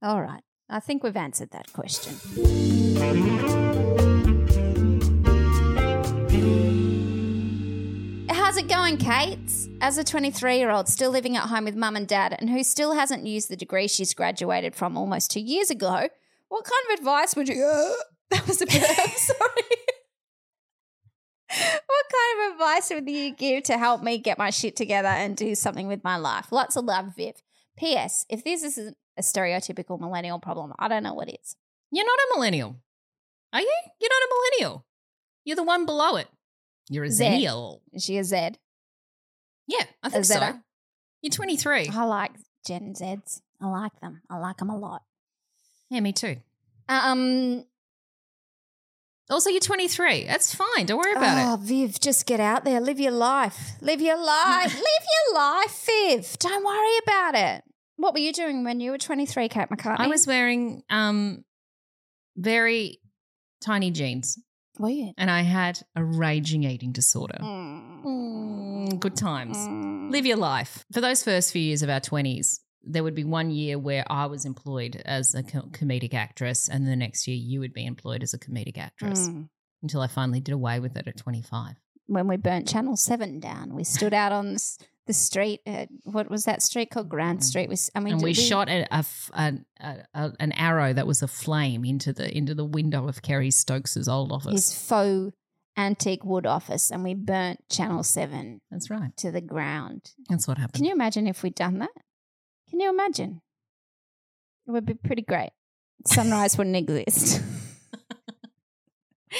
A: All right. I think we've answered that question. How's it going, Kate? As a 23 year old still living at home with mum and dad and who still hasn't used the degree she's graduated from almost two years ago, what kind of advice would you. That was a burp, sorry. what kind of advice would you give to help me get my shit together and do something with my life? Lots of love, Viv. P.S. If this isn't a stereotypical millennial problem, I don't know what is.
B: You're not a millennial, are you? You're not a millennial. You're the one below it. You're a
A: Z.
B: zennial.
A: Is she a Z?
B: Yeah, I think
A: A
B: so.
A: Zer.
B: You're 23.
A: I like Gen Zs. I like them. I like them a lot.
B: Yeah, me too.
A: Um,
B: Also, you're 23. That's fine. Don't worry about
A: oh,
B: it.
A: Viv, just get out there. Live your life. Live your life. Live your life, Viv. Don't worry about it. What were you doing when you were 23, Kate McCartney?
B: I was wearing um very tiny jeans
A: Were you?
B: and I had a raging eating disorder.
A: Mm.
B: Mm, good times. Live your life. For those first few years of our 20s, there would be one year where I was employed as a co- comedic actress, and the next year you would be employed as a comedic actress
A: Mm.
B: until I finally did away with it at 25.
A: When we burnt Channel 7 down, we stood out on s- the street. At, what was that street called? Grand Street. We, s- I mean,
B: Mm. and
A: did
B: we, shot a, a f- an- a- a- an arrow that was a flame into the into the window of Kerry Stokes's old office.
A: his faux antique wood office and we burnt Channel 7
B: That's right.
A: to the ground.
B: That's what happened.
A: Can you imagine if we'd done that? Can you imagine? It would be pretty great. Sunrise wouldn't exist.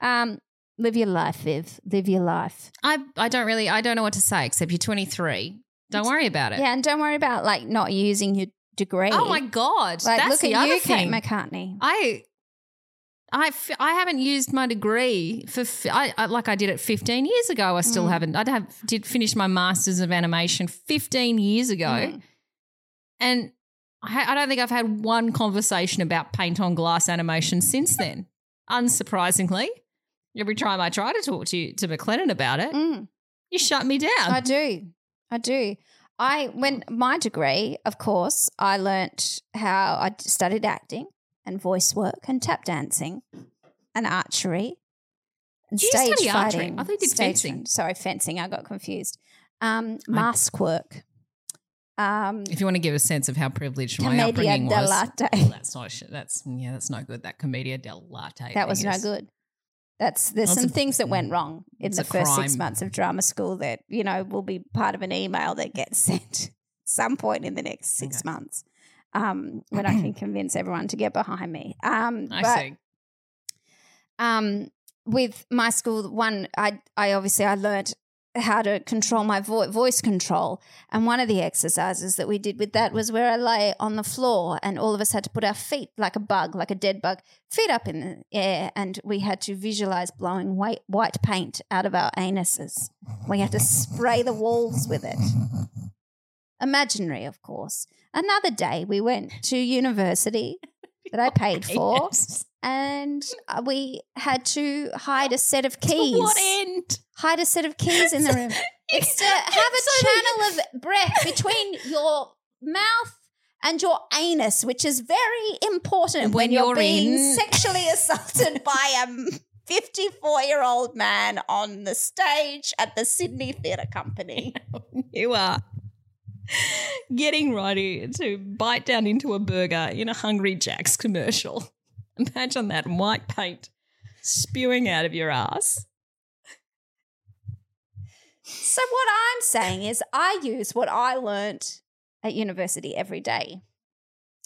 A: um, live your life, Viv. Live your life.
B: I I don't really I don't know what to say except you're 23. Don't worry about it.
A: Yeah, and don't worry about like not using your degree.
B: Oh my god.
A: Like,
B: That's
A: look
B: the
A: at
B: other
A: you,
B: thing.
A: Kate McCartney.
B: I I f- I haven't used my degree for f- I, I like I did it 15 years ago. I still
A: Mm.
B: haven't. I have did finish my masters of animation 15 years ago,
A: Mm.
B: and I, I don't think I've had one conversation about paint on glass animation since then. Unsurprisingly, every time I try to talk to you to McLennan about it,
A: Mm.
B: you shut me down.
A: I do. I do. I when my degree, of course, I learnt how I studied acting and voice work and tap dancing and archery and
B: Did you
A: stage
B: study archery?
A: fighting.
B: I thought you did
A: stage
B: fencing.
A: fun- Sorry, fencing. I got confused. Um, mask work. Um,
B: if you want to give a sense of how privileged my
A: Commedia
B: upbringing was,
A: dell'arte.
B: Well, that's not. sh- That's yeah. That's no good. That commedia dell'arte.
A: that was
B: thing
A: no
B: is-
A: good. That's there's
B: That's
A: some
B: a-
A: things that went wrong in
B: it's
A: the
B: a
A: first six
B: crime.
A: months of drama school that you know will be part of an email that gets sent some point in the next six
B: Okay.
A: months um, when I can convince everyone to get behind me. Um,
B: I
A: but,
B: see.
A: um, with my school, one I I obviously I learnt how to control my vo- voice control, and one of the exercises that we did with that was where I lay on the floor, and all of us had to put our feet like a bug, like a dead bug, feet up in the air, and we had to visualize blowing white white paint out of our anuses. We had to spray the walls with it. Imaginary, of course. Another day, we went to university that I paid for
B: Yes.
A: and uh, we had to hide a set of keys.
B: To what end?
A: Hide a set of keys in the room. It's to have
B: So that
A: a channel of breath between your mouth and your anus, which is very important when,
B: When
A: you're,
B: you're
A: being
B: in-
A: sexually assaulted by a 54 year old man on the stage at the Sydney Theatre Company.
B: you are. getting ready to bite down into a burger in a Hungry Jack's commercial. Imagine that white paint spewing out of your ass.
A: So what I'm saying is I use what I learnt at university every day.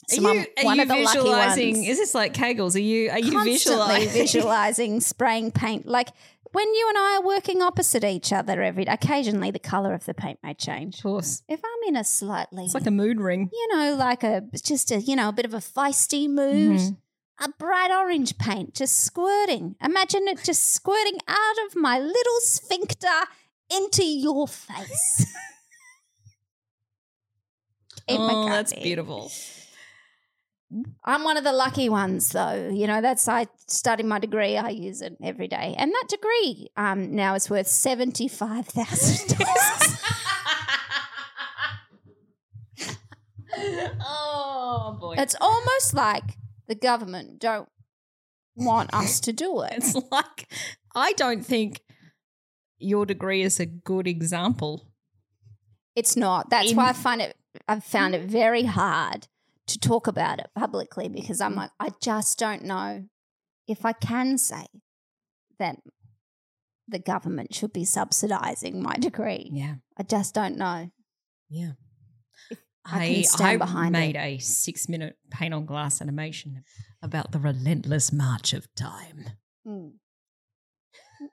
A: So
B: are
A: I'm
B: you, are
A: one
B: you
A: of the lucky
B: visualizing?
A: ones.
B: Is this like Kegels? Are you are you
A: Constantly
B: visualizing?
A: visualizing spraying paint. Like when you and I are working opposite each other every day, occasionally the colour of the paint may change. Of
B: course.
A: If I'm in a slightly
B: it's like a mood ring.
A: you know, like a just a you know, a bit of a feisty mood.
B: Mhm.
A: A bright orange paint just squirting. Imagine it just squirting out of my little sphincter into your face. It
B: Oh, that's
A: McCartney.
B: beautiful.
A: I'm one of the lucky ones, though. You know, that's I study my degree. I use it every day, and that degree um, now is worth seventy five thousand dollars.
B: oh boy,
A: it's almost like the government don't want us to do it.
B: It's like I don't think your degree is a good example.
A: It's not. That's
B: In-
A: why I find it. I've found it very hard to talk about it publicly because I'm like, I just don't know if I can say that the government should be subsidizing my degree.
B: Yeah,
A: I just don't know.
B: yeah.
A: I can stand behind
B: made a six-minute paint-on-glass animation about the relentless march of time.
A: Mm.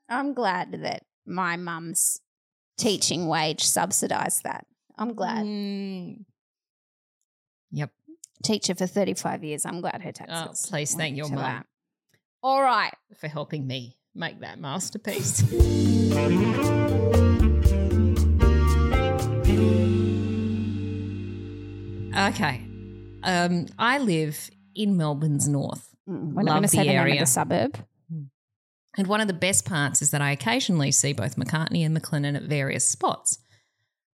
A: I'm glad that my mum's teaching wage subsidized that. I'm glad.
B: Mm. Yep.
A: Teacher for 35 years. I'm glad her
B: Oh,
A: taxes.
B: please
A: went
B: thank your
A: to
B: mum.
A: that. All right.
B: for helping me make that masterpiece. okay. Um, I live in Melbourne's north.
A: Mm, We're
B: Love
A: not going to
B: the
A: say the name of
B: area.
A: the suburb.
B: And one of the best parts is that I occasionally see both McCartney and McLennan at various spots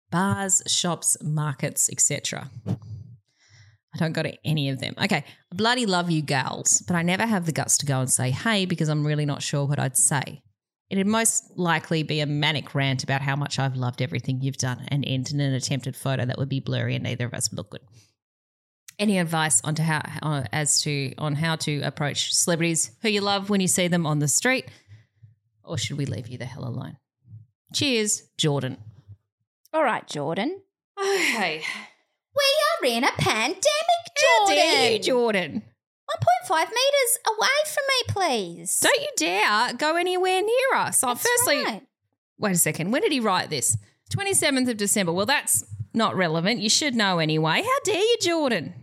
B: bars, shops, markets, etc. I don't go to any of them. Okay, I bloody love you gals, but I never have the guts to go and say hey because I'm really not sure what I'd say. It'd most likely be a manic rant about how much I've loved everything you've done and end in an attempted photo that would be blurry and neither of us would look good. Any advice on to how uh, as to on how to approach celebrities who you love when you see them on the street, or should we leave you the hell alone? Cheers, Jordan.
A: All right, Jordan.
B: Okay,
A: We are in a pandemic,
B: How
A: Jordan.
B: dare you, Jordan?
A: 1.5 meters away from me, please.
B: Don't you dare go anywhere near us. Oh,
A: That's
B: firstly,
A: right.
B: wait a second. When did he write this? 27th of December. Well, that's not relevant. You should know anyway. How dare you, Jordan?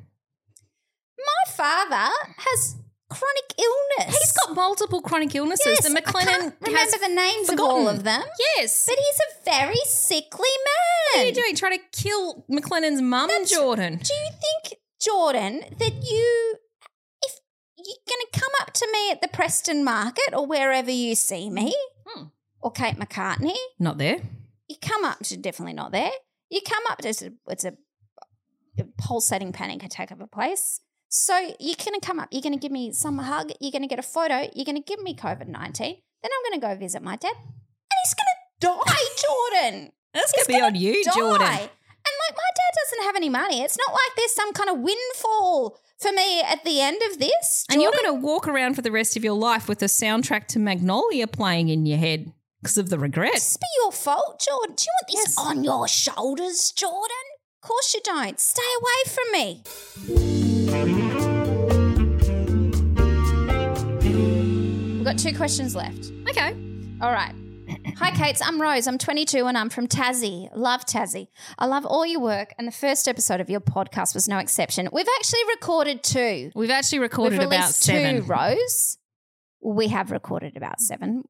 A: my father has chronic illness.
B: He's got multiple chronic illnesses.
A: yes,
B: the
A: I
B: McLennan
A: can't
B: has
A: remember the names of
B: forgotten.
A: all of them.
B: Yes.
A: But he's a very sickly
B: What
A: man.
B: are you doing? Trying to kill McLennan's mum,
A: That's-
B: Jordan?
A: Do you think, Jordan, that you, if you're going to come up to me at the Preston Market or wherever you see me,
B: Hmm.
A: or Kate McCartney,
B: Not there.
A: you come up to definitely not there. You come up to it's a, it's a pulsating panic attack of a place. So you're gonna come up. You're gonna give me some hug. You're gonna get a photo. You're gonna give me COVID nineteen. Then I'm gonna go visit my dad, and he's gonna die, Jordan.
B: That's
A: He's
B: gonna be on you,
A: die.
B: Jordan.
A: And like my dad doesn't have any money. It's not like there's some kind of windfall for me at the end of this.
B: And you're
A: Jordan.
B: going to walk around for the rest of your life with the soundtrack to Magnolia playing in your head because of the regret.
A: This be your fault, Jordan. Do you want this on your shoulders, Jordan? Of course you don't. Stay away from me. We've got two questions left.
B: Okay.
A: All right. Hi, Kates. I'm Rose. I'm 22 and I'm from Tassie. Love Tassie. I love all your work, and the first episode of your podcast was no exception. We've actually recorded two.
B: We've actually recorded
A: we've
B: about
A: released
B: seven.
A: two rows. We have recorded about seven,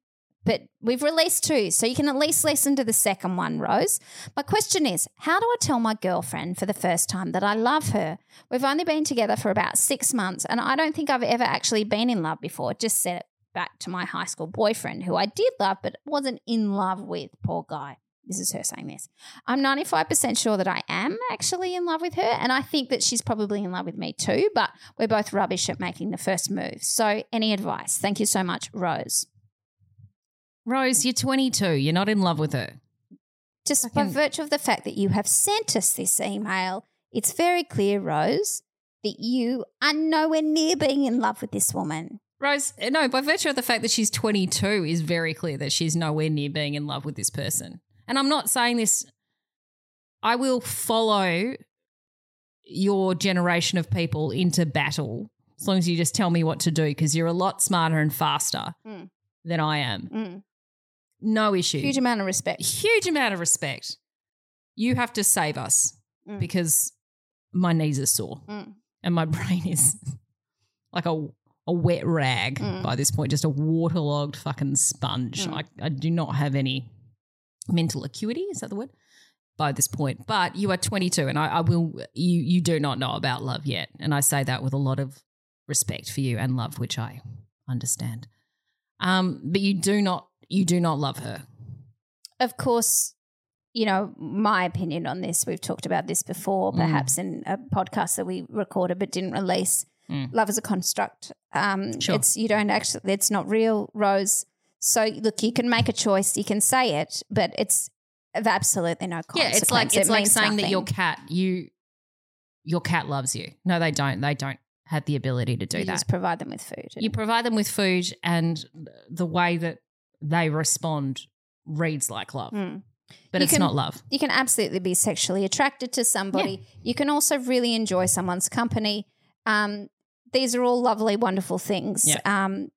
A: but we've released two, so you can at least listen to the second one, Rose. My question is, how do I tell my girlfriend for the first time that I love her? We've only been together for about six months, and I don't think I've ever actually been in love before. Just said it back to my high school boyfriend, who I did love, but wasn't in love with. Poor guy. This is her saying this. I'm 95% sure that I am actually in love with her. And I think that she's probably in love with me too, but we're both rubbish at making the first move. So, any advice? Thank you so much, Rose.
B: Rose, you're 22. You're not in love with her.
A: Just by virtue of the fact that you have sent us this email, it's very clear, Rose, that you are nowhere near being in love with this woman.
B: Rose, uh, no, by virtue of the fact that she's 22 is very clear that she's nowhere near being in love with this person. And I'm not saying this I will follow your generation of people into battle as long as you just tell me what to do because you're a lot smarter and faster
A: Mm.
B: than I am.
A: Mm.
B: No issue.
A: Huge amount of respect.
B: Huge amount of respect. You have to save us
A: Mm.
B: because my knees are sore
A: Mm.
B: and my brain is like a a wet rag
A: Mm.
B: by this point, just a waterlogged fucking sponge.
A: Mm.
B: I, I do not have any mental acuity. Is that the word? By this point, but you are 22, and I, I will. You you do not know about love yet, and I say that with a lot of respect for you and love, which I understand. Um, but you do not you do not love her.
A: Of course, you know, my opinion on this, we've talked about this before,
B: Mm.
A: perhaps in a podcast that we recorded but didn't release.
B: Mm.
A: Love is a construct. Um,
B: Sure.
A: It's you don't actually. It's not real, Rose. So look, you can make a choice. You can say it, but it's of absolutely no consequence.
B: Yeah, it's like
A: It
B: it's like
A: means
B: saying that your
A: nothing.
B: cat you your cat loves you. No, they don't. They don't have the ability to do
A: you
B: that.
A: Just provide them with food.
B: You provide them with food, and the way that they respond reads like love,
A: Mm.
B: but
A: You
B: it's
A: can-
B: not love.
A: You can absolutely be sexually attracted to somebody. You can also really enjoy someone's company. Um, these are all lovely, wonderful things.
B: Yeah.
A: Um,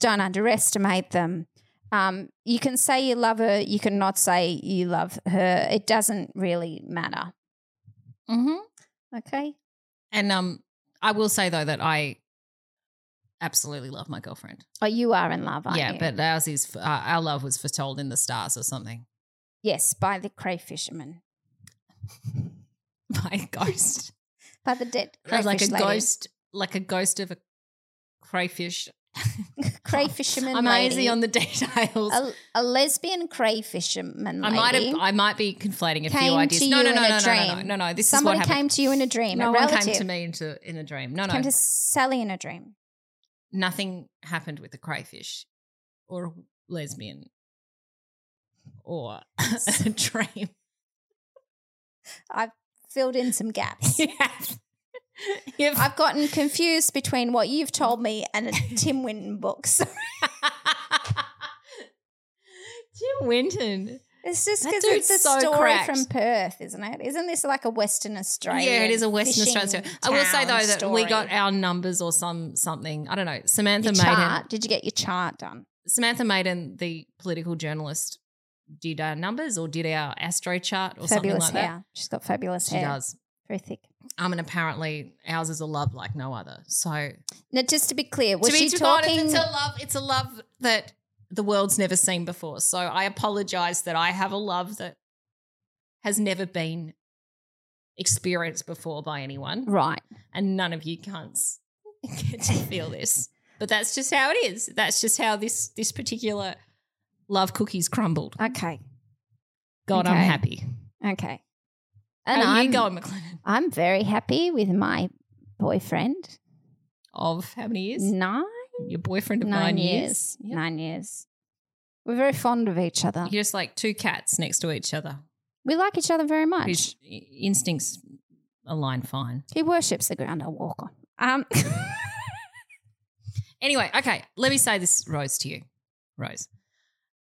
A: don't underestimate them. Um, you can say you love her. You can not say you love her. It doesn't really matter.
B: Mm-hmm.
A: Okay.
B: And um, I will say though that I absolutely love my girlfriend.
A: Oh, you are in love, aren't
B: yeah,
A: you?
B: but ours is uh, our love was foretold in the stars or something
A: yes, by the cray fisherman,
B: by a ghost,
A: by the dead crayfish
B: like a
A: lady.
B: ghost, like a ghost of a crayfish.
A: cray fisherman.
B: I'm
A: lady.
B: easy on the details.
A: a, a lesbian cray fisherman.
B: I might
A: lady.
B: have, I might be conflating a
A: came
B: few ideas.
A: to you
B: no, no,
A: in
B: no,
A: a
B: no,
A: dream.
B: no, no, no, no. This
A: Somebody
B: is what
A: came
B: happened.
A: to you in a dream.
B: no
A: a
B: one
A: relative
B: came to me into, in a dream. No, no,
A: Came to Sally in a dream.
B: nothing happened with the crayfish or a lesbian or a dream.
A: I've filled in some gaps.
B: Yes. You've-
A: I've gotten confused between what you've told me and a Tim Winton book. So
B: Tim Winton.
A: it's just
B: That
A: because
B: dude's
A: it's a
B: so
A: story
B: cracked.
A: from Perth, isn't it? Isn't this like a Western Australian?
B: Yeah, it is a Western
A: fishing
B: Australian. story. I will say
A: town
B: though that we
A: story?
B: got our numbers or some something. I don't know. Samantha
A: your
B: made it.
A: chart. Did you get your chart done?
B: Samantha Maiden, the political journalist, did our numbers or did our astro chart or
A: fabulous
B: something like
A: hair. She's got fabulous
B: that. She
A: hair.
B: does.
A: Very thick.
B: Um, and apparently ours is a love like no other. So
A: Now, just to be clear, was
B: to
A: she
B: be
A: talking?
B: honest, it's a love. It's a love that the world's never seen before. So I apologize that I have a love that has never been experienced before by anyone,
A: right.
B: and none of you cunts get to feel this. But that's just how it is. That's just how this this particular love cookies crumbled.
A: Okay.
B: God, I'm
A: Okay.
B: happy.
A: Okay.
B: And
A: And
B: How are
A: I'm
B: you going, McLennan?
A: I'm very happy with my boyfriend.
B: Of how many years?
A: Nine,
B: Your boyfriend of
A: nine,
B: nine,
A: years.
B: Yep.
A: Nine years. We're very fond of each other.
B: You're just like two cats next to each other,
A: We like each other very much.
B: whose i- instincts align fine.
A: he worships the ground I walk on. Um,
B: Anyway, okay, let me say this, Rose, to you, Rose.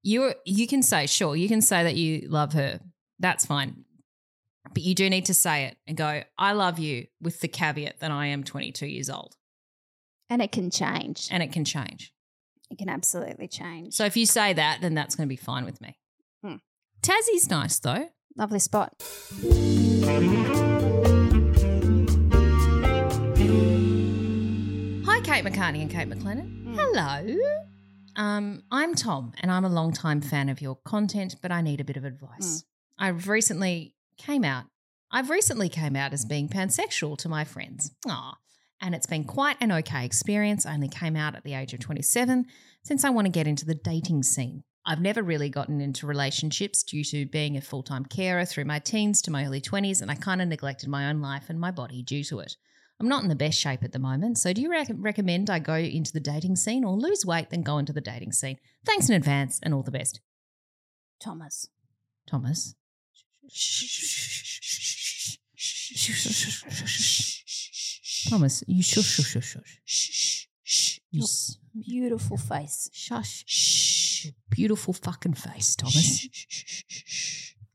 B: You you can say sure, you can say that you love her. That's fine, but you do need to say it and go, "I love you," with the caveat that I am 22 years old
A: and it can change.
B: and it can change.
A: It can absolutely change.
B: So if you say that, then that's going to be fine with me.
A: Hmm.
B: Tassie's nice though.
A: Lovely spot.
B: Hi, Kate McCartney and Kate McLennan.
A: Mm.
B: Hello. Um, I'm Tom, and I'm a long-time fan of your content, but I need a bit of advice. I've recently came out. I've recently came out as being pansexual to my friends. Aw. And it's been quite an okay experience. I only came out at the age of 27 since I want to get into the dating scene. I've never really gotten into relationships due to being a full time carer through my teens to my early 20s, and I kind of neglected my own life and my body due to it. I'm not in the best shape at the moment, so do you rec- recommend I go into the dating scene or lose weight then go into the dating scene? Thanks in advance and all the best.
A: Thomas.
B: Thomas. Thomas, you shush, shush, shush, shush. You
A: Your
B: s-
A: beautiful face.
B: Shush. Shh. beautiful fucking face, Thomas.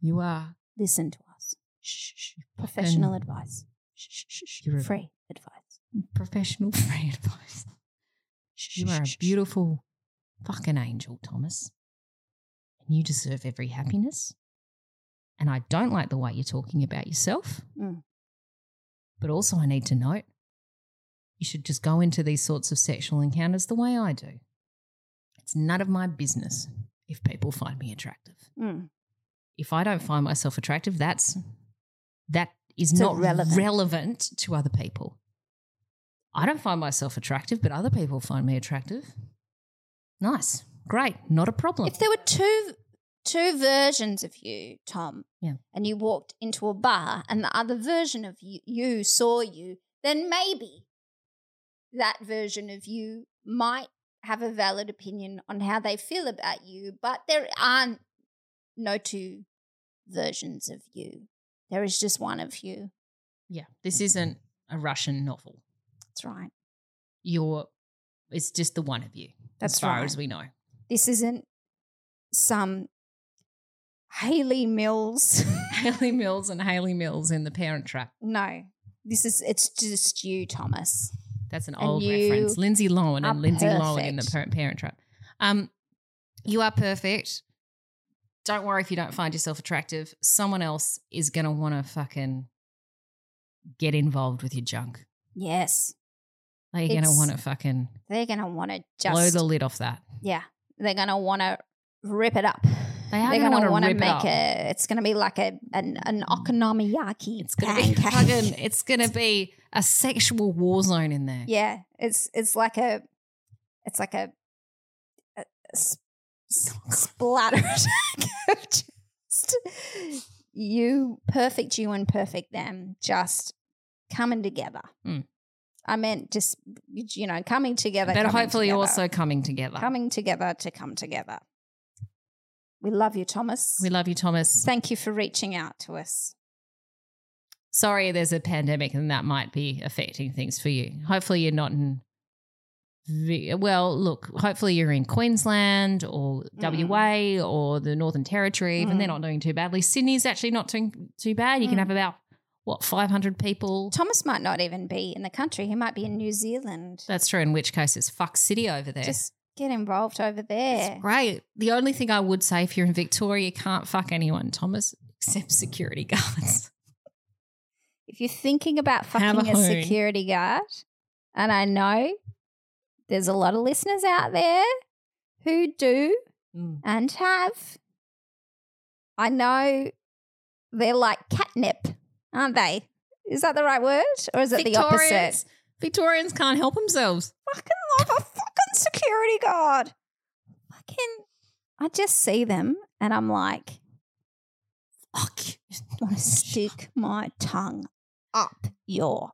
B: You are.
A: Listen to us. Professional
B: fucking-
A: advice.
B: You're a
A: Free advice.
B: professional free advice. You are a beautiful fucking angel, Thomas. And you deserve every happiness. And I don't like the way you're talking about yourself.
A: Mm.
B: But also, I need to note you should just go into these sorts of sexual encounters the way I do. It's none of my business if people find me attractive.
A: Mm.
B: If I don't find myself attractive, that's that is
A: It's
B: not
A: irrelevant.
B: relevant to other people. I don't find myself attractive, but other people find me attractive. Nice. Great. Not a problem.
A: If there were two two versions of you, Tom,
B: Yeah.
A: and you walked into a bar and the other version of you, you saw you, then maybe that version of you might have a valid opinion on how they feel about you, but there aren't no two versions of you. There is just one of you.
B: Yeah. This isn't a Russian novel.
A: That's right.
B: You're it's just the one of you.
A: That's
B: as far
A: right.
B: as we know.
A: This isn't some Haley Mills.
B: Haley Mills and Haley Mills in the parent trap.
A: no. This is it's just you, Thomas.
B: That's an
A: And
B: old
A: you
B: reference. Lindsay Lohan
A: are
B: and Lindsay Lohan in the
A: perfect.
B: parent, parent trap. Um, you are perfect. Don't worry if you don't find yourself attractive. Someone else is gonna wanna fucking get involved with your junk.
A: Yes.
B: They're gonna
A: It's-
B: wanna fucking
A: They're going to want to
B: blow
A: just
B: the lid off that.
A: Yeah. They're going to want to rip it up.
B: They are
A: They're
B: gonna
A: going to
B: wanna
A: want to
B: rip it
A: make
B: up.
A: a it's going to be like a an, an okonomiyaki. It's
B: Gonna be fucking- it's gonna be a sexual war zone in there.
A: Yeah, it's it's like a it's like a, a s- s- splatter attack of just you perfect you and perfect them just coming together.
B: Mm.
A: I meant just you know coming together.
B: But
A: coming
B: hopefully
A: together,
B: also coming together.
A: coming together to come together. We love you, Thomas.
B: we love you, Thomas.
A: Thank you for reaching out to us.
B: sorry there's a pandemic and that might be affecting things for you. Hopefully you're not in the- well, look, hopefully you're in Queensland or
A: Mm.
B: WA or the Northern Territory, even they're not doing too badly. Sydney's actually not doing too bad. You can
A: Mm.
B: have about what 500 people.
A: Thomas might not even be in the country. He might be in New Zealand.
B: That's true. In which case, it's fuck city over there.
A: Just get involved over there.
B: It's great. The only thing I would say if you're in Victoria, you can't fuck anyone, Thomas, except security guards.
A: If you're thinking about
B: Have
A: fucking
B: a
A: a,
B: hoon.
A: security guard, and I know there's a lot of listeners out there who do
B: Mm.
A: and have, I know they're like catnip, aren't they? Is that the right word? Or is it the opposite?
B: Victorians- Victorians can't help themselves.
A: Fucking love a fucking security guard. Fucking, I just see them and I'm like,
B: Fuck.
A: want to stick my tongue up your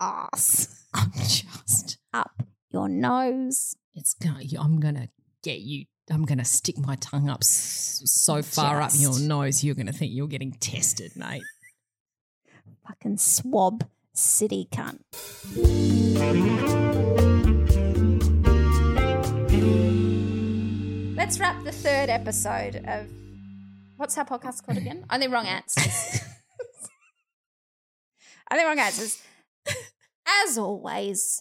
A: ass,
B: I'm just.
A: up your nose.
B: It's gonna. I'm gonna get you. I'm gonna stick my tongue up s- so far up your
A: Just-
B: nose, you're gonna think you're getting tested, mate.
A: Fucking swab city cunt. Let's wrap the third episode of what's our podcast called again? Only wrong answers. Only Oh, wrong answers. As always,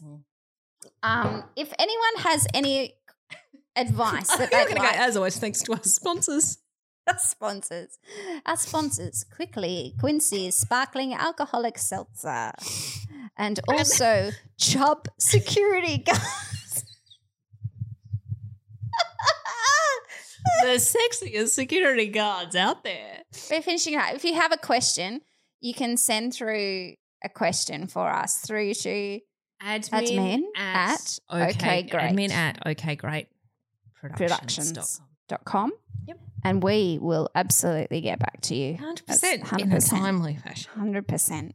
A: um, if anyone has any advice that
B: You're
A: they'd
B: gonna
A: like
B: go as always. Thanks to our sponsors.
A: our sponsors. Our sponsors, quickly, Quincy's Sparkling Alcoholic Seltzer. And also Chubb Security Guards.
B: the sexiest security guards out there.
A: We're finishing up. If you have a question, you can send through a question for us through to
B: Admin,
A: Admin at okay, great.
B: Admin at okay great productions. dot com.
A: productions.com. Yep. And we will absolutely get back to you.
B: 100%
A: That's
B: in a timely fashion.
A: 100%.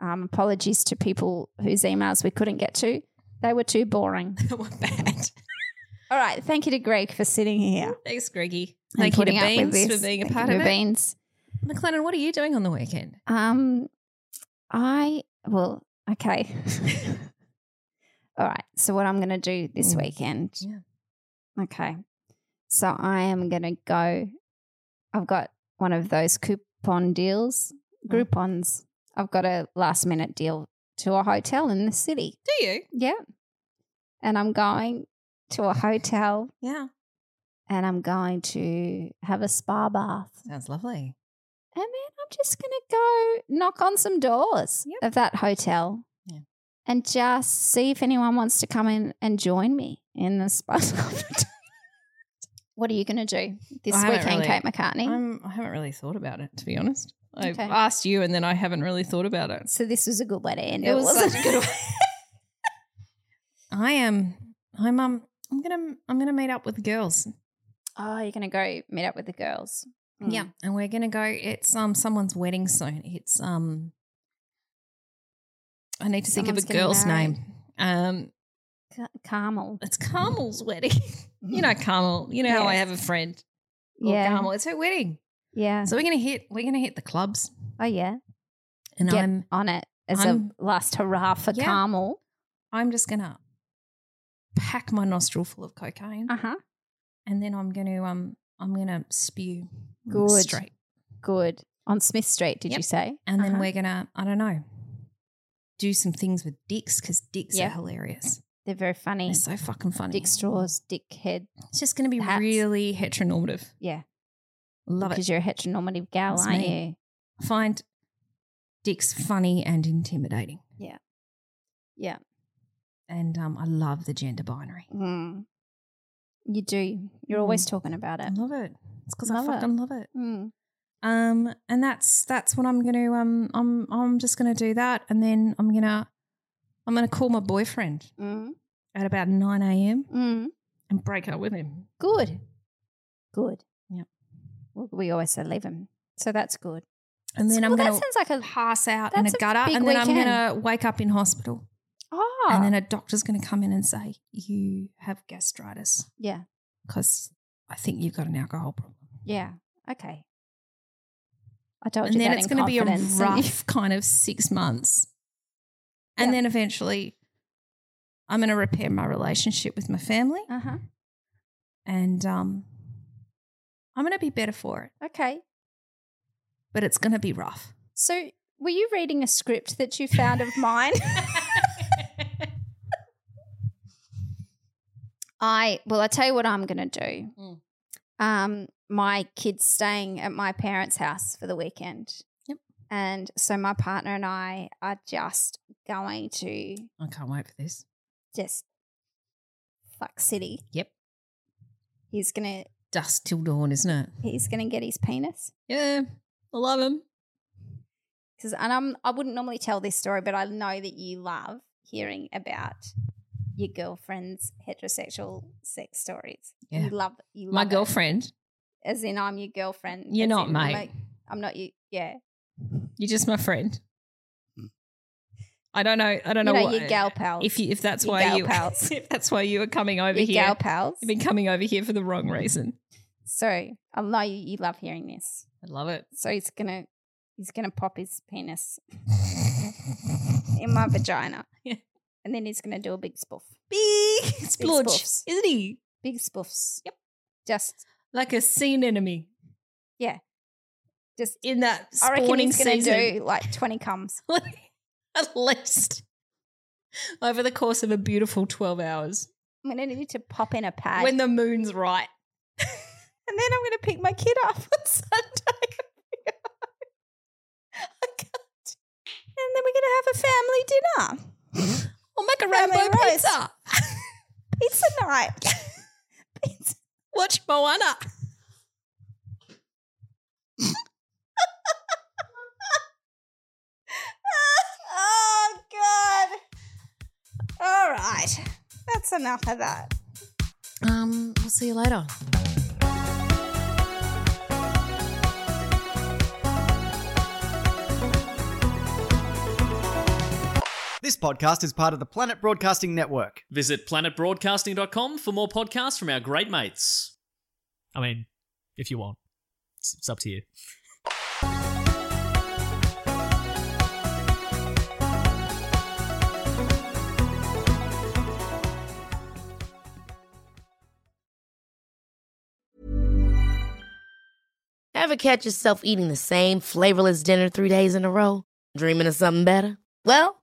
A: Um, apologies to people whose emails we couldn't get to. They were too boring.
B: We're bad.
A: All right. Thank you to Greg for sitting here.
B: Thanks, Greggy.
A: and
B: Thank you to
A: putting up with
B: Beans
A: this.
B: for being a
A: Thank
B: part
A: you
B: of
A: to
B: it.
A: Beans.
B: McLennan, what are you doing on the weekend?
A: Um, I well, okay. All right. So what I'm going to do this
B: Mm.
A: weekend?
B: Yeah.
A: Okay. So I am going to go. I've got one of those coupon deals,
B: Oh.
A: Groupon's. I've got a last minute deal to a hotel in the city.
B: Do you?
A: Yeah. And I'm going to a hotel
B: Yeah.
A: and I'm going to have a spa bath.
B: Sounds lovely.
A: And then I'm just going to go knock on some doors of that hotel
B: Yeah.
A: and just see if anyone wants to come in and join me in the spa. what are you going to do this
B: I haven't
A: weekend,
B: really-
A: Kate McCartney?
B: I'm, I haven't really thought about it, to be honest. I
A: Okay.
B: asked you and then I haven't really thought about it.
A: so this was a good way to end
B: It
A: it.
B: was
A: wasn't
B: such a
A: it?
B: good I am. I'm. Um, I'm gonna. I'm gonna meet up with the girls.
A: oh, you're going to go meet up with the girls. Mm.
B: Yeah, and we're gonna go. It's um someone's wedding soon. It's um. I need to
A: Someone's
B: think of a
A: getting
B: girl's
A: married.
B: name. Um,
A: Ca- Carmel.
B: it's Carmel's wedding. you know Carmel. You know how I
A: Yes.
B: have a friend. called
A: Yeah.
B: Carmel. It's her wedding.
A: Yeah.
B: So we're gonna hit. We're gonna hit the clubs,
A: Oh, yeah.
B: and
A: Get
B: I'm.
A: on it as
B: I'm-
A: a last hurrah for
B: Yeah.
A: Carmel.
B: I'm just gonna pack my nostril full of cocaine,
A: Uh huh.
B: and then I'm gonna. Um, I'm gonna spew
A: Good.
B: straight,
A: Good. On Smith Street, did
B: Yep.
A: you say?
B: and then
A: Uh-huh.
B: we're gonna. I don't know. Do some things with dicks because dicks
A: Yeah.
B: are hilarious.
A: They're very funny.
B: They're so fucking funny.
A: Dick straws, dick head.
B: It's just going to be
A: Hats.
B: really heteronormative.
A: Yeah.
B: Love
A: because
B: it.
A: you're eh? a heteronormative gal,
B: That's
A: aren't
B: me. Find dicks funny and intimidating,
A: you? Yeah.
B: and um, I love the gender binary.
A: Mm. You do. You're always talking about
B: I
A: it.
B: Mm. love it. It's because I
A: Love it.
B: fucking love it.
A: Mm.
B: Um, and that's that's what I'm gonna um I'm I'm just gonna do that, and then I'm gonna I'm gonna call my boyfriend
A: Mm.
B: at about nine a.m.
A: Mm.
B: and break up with him.
A: Good. Good.
B: Yep.
A: Well, we always say leave him. So that's good.
B: And then
A: So-
B: I'm
A: well,
B: gonna
A: that sounds like a.
B: pass out in a
A: that's a
B: gutter,
A: big
B: and then I'm
A: weekend.
B: gonna wake up in hospital.
A: Oh.
B: And then a doctor's going to come in and say, You have gastritis
A: yeah.
B: because I think you've got an alcohol problem.
A: Yeah. Okay. I told
B: And
A: you
B: then
A: that
B: it's
A: in
B: going to be a
A: confidence, and you-
B: rough kind of six months. And
A: Yeah.
B: then eventually, I'm going to repair my relationship with my family
A: Uh huh.
B: and um, I'm going to be better for it,
A: Okay.
B: but it's going to be rough.
A: So, were you reading a script that you found of mine? I well, I tell you what I'm going to do.
B: Mm.
A: Um, my kids staying at my parents' house for the weekend.
B: Yep.
A: And so my partner and I are just going to
B: I can't wait for this.
A: just fuck city.
B: Yep.
A: He's gonna
B: Dust till dawn, isn't it?
A: he's gonna get his penis.
B: Yeah. I love him.
A: Because and I'm I wouldn't normally tell this story, but I know that you love hearing about your girlfriend's heterosexual sex stories.
B: Yeah.
A: You love you love
B: My
A: it.
B: girlfriend.
A: as in I'm your girlfriend.
B: You're
A: as
B: not,
A: in,
B: mate.
A: like, I'm not you. Yeah,
B: You're just my friend. I don't know. I don't
A: You
B: know.
A: know,
B: what,
A: your gal pals.
B: If you, if that's
A: Your
B: why
A: gal
B: you
A: pals.
B: if that's why you were coming over
A: your
B: here,
A: gal pals.
B: you've been coming over here for the wrong reason.
A: So I know you, you love hearing this.
B: I love it.
A: So he's gonna he's gonna pop his penis in my vagina,
B: Yeah.
A: and then he's gonna do a big spoof,
B: Big
A: spoofs.
B: splodge, isn't he?
A: big spoofs. Yep. Just
B: Like a sea anemone
A: just
B: in that
A: I reckon
B: spawning
A: he's gonna
B: season,
A: do like twenty comes.
B: at least over the course of a beautiful twelve hours
A: I'm gonna need to pop in a pad,
B: when the moon's right.
A: and then I'm gonna pick my kid up on Sunday. I can't. And then we're gonna have a family dinner.
B: I'll make a
A: Family
B: rainbow
A: roast.
B: pizza.
A: Pizza night. Pizza.
B: Watch Moana.
A: oh God. All right. That's enough of that.
B: Um, we'll see you later.
E: This podcast is part of the Planet Broadcasting Network.
F: Visit planetbroadcasting.com for more podcasts from our great mates. I mean, if you want, it's, it's up to you.
G: Ever catch yourself eating the same flavorless dinner three days in a row? Dreaming of something better? Well,